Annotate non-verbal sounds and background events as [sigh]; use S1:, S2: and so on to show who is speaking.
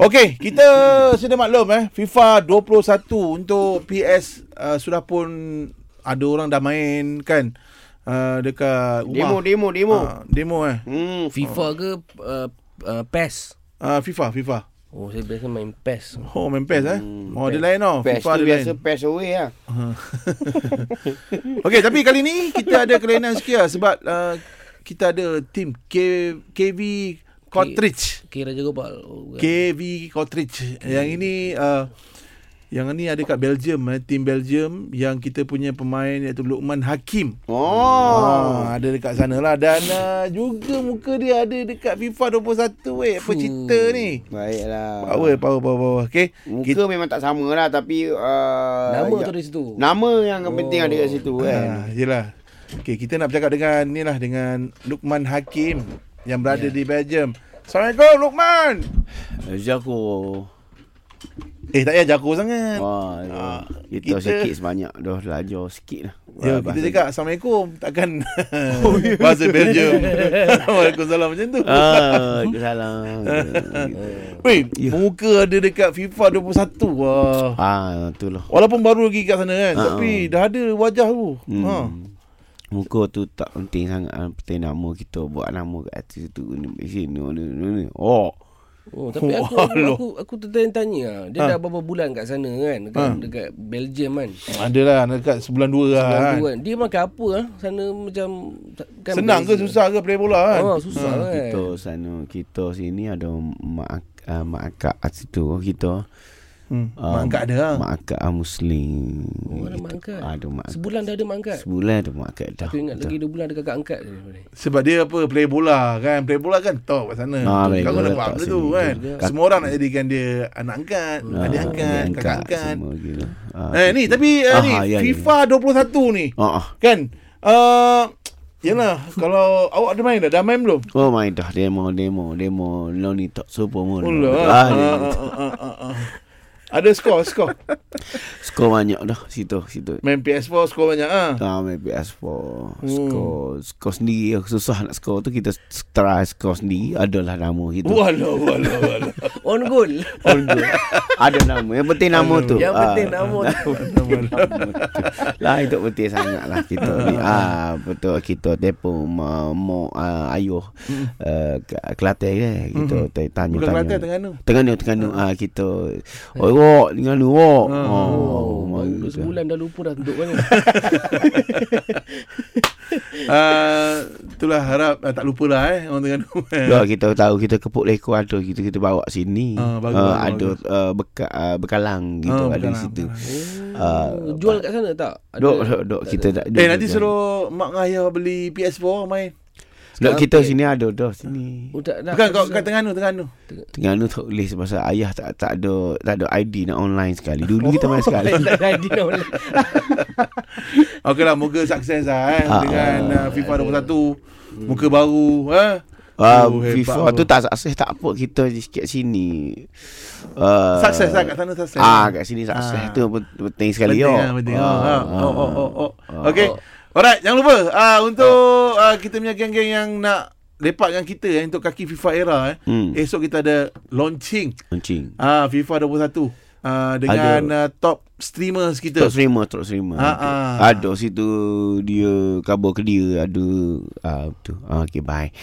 S1: Okey, kita sudah maklum eh FIFA 21 untuk PS uh, sudah pun ada orang dah main kan uh, dekat
S2: Demo,
S1: rumah.
S2: demo, demo.
S1: Ah, demo eh.
S2: Hmm.
S3: FIFA ke uh, uh, PES?
S1: Uh, FIFA, FIFA.
S3: Oh, saya biasa main PES.
S1: Oh, main PES eh.
S2: Hmm,
S1: Oh, ada lain tau.
S2: Pass
S1: FIFA
S2: tu
S1: ada
S2: biasa
S1: lain. [laughs]
S2: pass away lah.
S1: Okey, tapi kali ni kita ada kelainan sikit lah sebab uh, kita ada tim K- KV Cartridge.
S3: K Raja Gopal. Oh,
S1: Kan?
S3: bukan.
S1: KV Cottage. Yang ini uh, yang ini ada kat Belgium eh, tim Belgium yang kita punya pemain iaitu Lukman Hakim.
S2: Oh.
S1: Ah, ada dekat sana lah dan uh, juga muka dia ada dekat FIFA 21 weh. eh, Apa
S3: Fuh.
S1: cerita ni?
S2: Baiklah.
S1: Power power power power. Okey.
S2: Muka
S1: Kita
S2: memang tak sama lah tapi uh,
S3: Nama
S2: ya-
S3: tu ada situ.
S2: Nama yang oh. penting ada kat situ kan.
S1: ah, yelah. Okey, kita nak bercakap dengan ni lah dengan Lukman Hakim yang berada yeah. di Belgium. Assalamualaikum Lukman. Ah.
S2: Zako.
S1: Eh tak payah jago sangat.
S2: Wah, ya.
S1: Ah,
S2: kita,
S1: kita-
S2: sikit sebanyak dah belajar sikit lah.
S1: Ya,
S2: Wah,
S1: kita
S2: bahasa-
S1: cakap Assalamualaikum
S4: [laughs]
S1: Takkan
S4: Oh,
S1: [laughs]
S4: ya.
S1: Bahasa Belgium Waalaikumsalam macam tu [laughs]
S2: Ah, salam.
S1: Weh,
S4: ya.
S1: muka ada dekat FIFA 21 Wah.
S2: ah, tu lah.
S1: Walaupun baru lagi kat sana kan
S2: Ha,
S1: Tapi dah ada wajah tu
S4: Ah, Hmm.
S1: ha.
S4: Muka tu tak penting sangat
S2: lah.
S4: ah, Penting nama kita Buat nama kat atas tu Ni sini ni, ni, ni. Oh
S3: Oh, tapi aku aku,
S1: Walau.
S3: aku, aku tertanya-tanya. Dia
S1: Ha.
S3: ha. dah berapa bulan kat sana kan?
S1: Ha.
S3: Dekat, ha. dekat Belgium kan?
S1: Adalah dekat sebulan dua lah
S3: Bulan
S1: kan.
S3: tu kan. Dia makan apa lah? Sana macam... tak- Kan
S1: Senang ke susah ke play bola kan
S3: Oh, susah ha. kan?
S4: Kita sana Kita sini ada Mak, ak- ah, mak akak atas tu Kita
S1: hmm.
S4: ah,
S1: Mak angkat dia lah
S4: Mak akak ah, muslim
S3: Oh, ada mak
S4: Itu,
S3: angkat.
S4: Ada mak akak
S3: Sebulan dah ada mangkat.
S4: Sebulan ada mak akak dah
S3: Aku ingat lagi dua bulan ada kakak angkat. je daripada ni.
S1: Sebab dia apa Play bola kan Play bola kan top kat sana
S4: Ah, play
S1: Kau
S4: bola
S1: nak buat
S4: top
S1: apa
S4: sini.
S1: tu kan
S4: Juga.
S1: Semua orang nak jadikan dia Anak angkat
S4: Ah,
S1: Adik angkat
S4: adik
S1: Kakak angkat
S4: Semua gila ah,
S1: Eh ni tapi eh,
S4: Aha,
S1: ni
S4: ya, ya.
S1: FIFA 21 ni
S4: ah, ah.
S1: kan uh, yalah kalau awak ada main dah dah main belum?
S4: Oh my dah Demo demo Demo Lo ni tak super pun
S1: Mula.
S4: Ah,
S1: Ah,
S4: dia-
S1: ah, ah, ah, ah, ah. Ada skor skor.
S4: Skor banyak dah Situ Situ
S1: Main PS4 skor banyak ah.
S4: Ah, main PS4
S1: Hmm.
S4: Skor Skor sendiri Aku susah nak skor tu Kita s- try skor sendiri Adalah nama kita
S1: Walau walau walau.
S3: On goal.
S4: On goal. Ada nama Yang penting nama tu
S3: [laughs] Yang
S1: Ha.
S4: Ah,
S3: penting nama
S1: [laughs]
S3: tu.
S4: [laughs] Lah itu penting sangat lah
S1: [laughs]
S4: Kita ni ah, Betul Kita Depo ma- Mo ah, Ayuh uh, Kelantan ke Kita tanya tanya
S1: Bukan Kelantan tengah Eh. tu.
S4: Tengganu Tengganu ah, Kita Oh wok Tengganu wok Oh
S3: Oh,
S4: my
S3: baru
S4: God.
S3: sebulan dah lupa dah kan? duduk mana.
S1: Ah itulah harap ah, tak lupalah eh orang
S4: [laughs]
S1: tengah tu.
S4: Ya kita tahu kita kepuk leko ada gitu kita bawa sini.
S1: Ah,
S4: Uh,
S1: bagus, bagus,
S4: ada
S1: bagus.
S4: uh, beka, uh, bekalang gitu
S1: Ah,
S4: ada
S1: bukan
S4: di
S1: lah,
S4: situ.
S1: bukan lah.
S4: Ah,
S3: Oh, jual kat sana tak? Ada-
S4: Dok dok dok kita tak.
S1: Eh nanti suruh mak dengan ayah beli PS4 main.
S4: Dok
S3: Sekarang
S4: kita
S3: pay.
S4: sini ada dah
S1: Ah.
S4: sini.
S3: Oh, tak, tak,
S1: Bukan kau
S3: susah.
S1: kat tengah tu tengah tu.
S4: Tengah tu tak boleh sebab ayah tak tak ada tak ada ID nak online sekali. Dulu kita
S1: [laughs] Oh,
S4: main sekali.
S3: [laughs] Tak jadi dah online.
S1: Okeylah moga sukses lah eh
S4: Ah,
S1: dengan ah, FIFA 21. Muka baru eh.
S4: Ah,
S1: Oh, hebat
S4: FIFA
S1: pun.
S4: tu tak sukses tak apa kita sikit sini. Uh,
S1: Sukses lah kat sana sukses.
S4: Ah kat sini sukses
S1: Ah.
S4: tu pen- penting sekali yo.
S1: Penting, ah, penting. Oh, ah, oh, oh, oh, oh.
S4: Ah.
S1: Okay. Alright, jangan lupa ah untuk ah, kita punya geng-geng yang nak lepak dengan kita eh, untuk kaki FIFA era eh.
S4: Hmm.
S1: Esok kita ada launching
S4: Kencing.
S1: ah FIFA 21 ah dengan ah, top streamers kita.
S4: Tok Serima, Tok Serima.
S1: Ha,
S4: Okey.
S1: ha.
S4: Ada situ dia kabur ke dia ada ah tu. Ah, okey bye.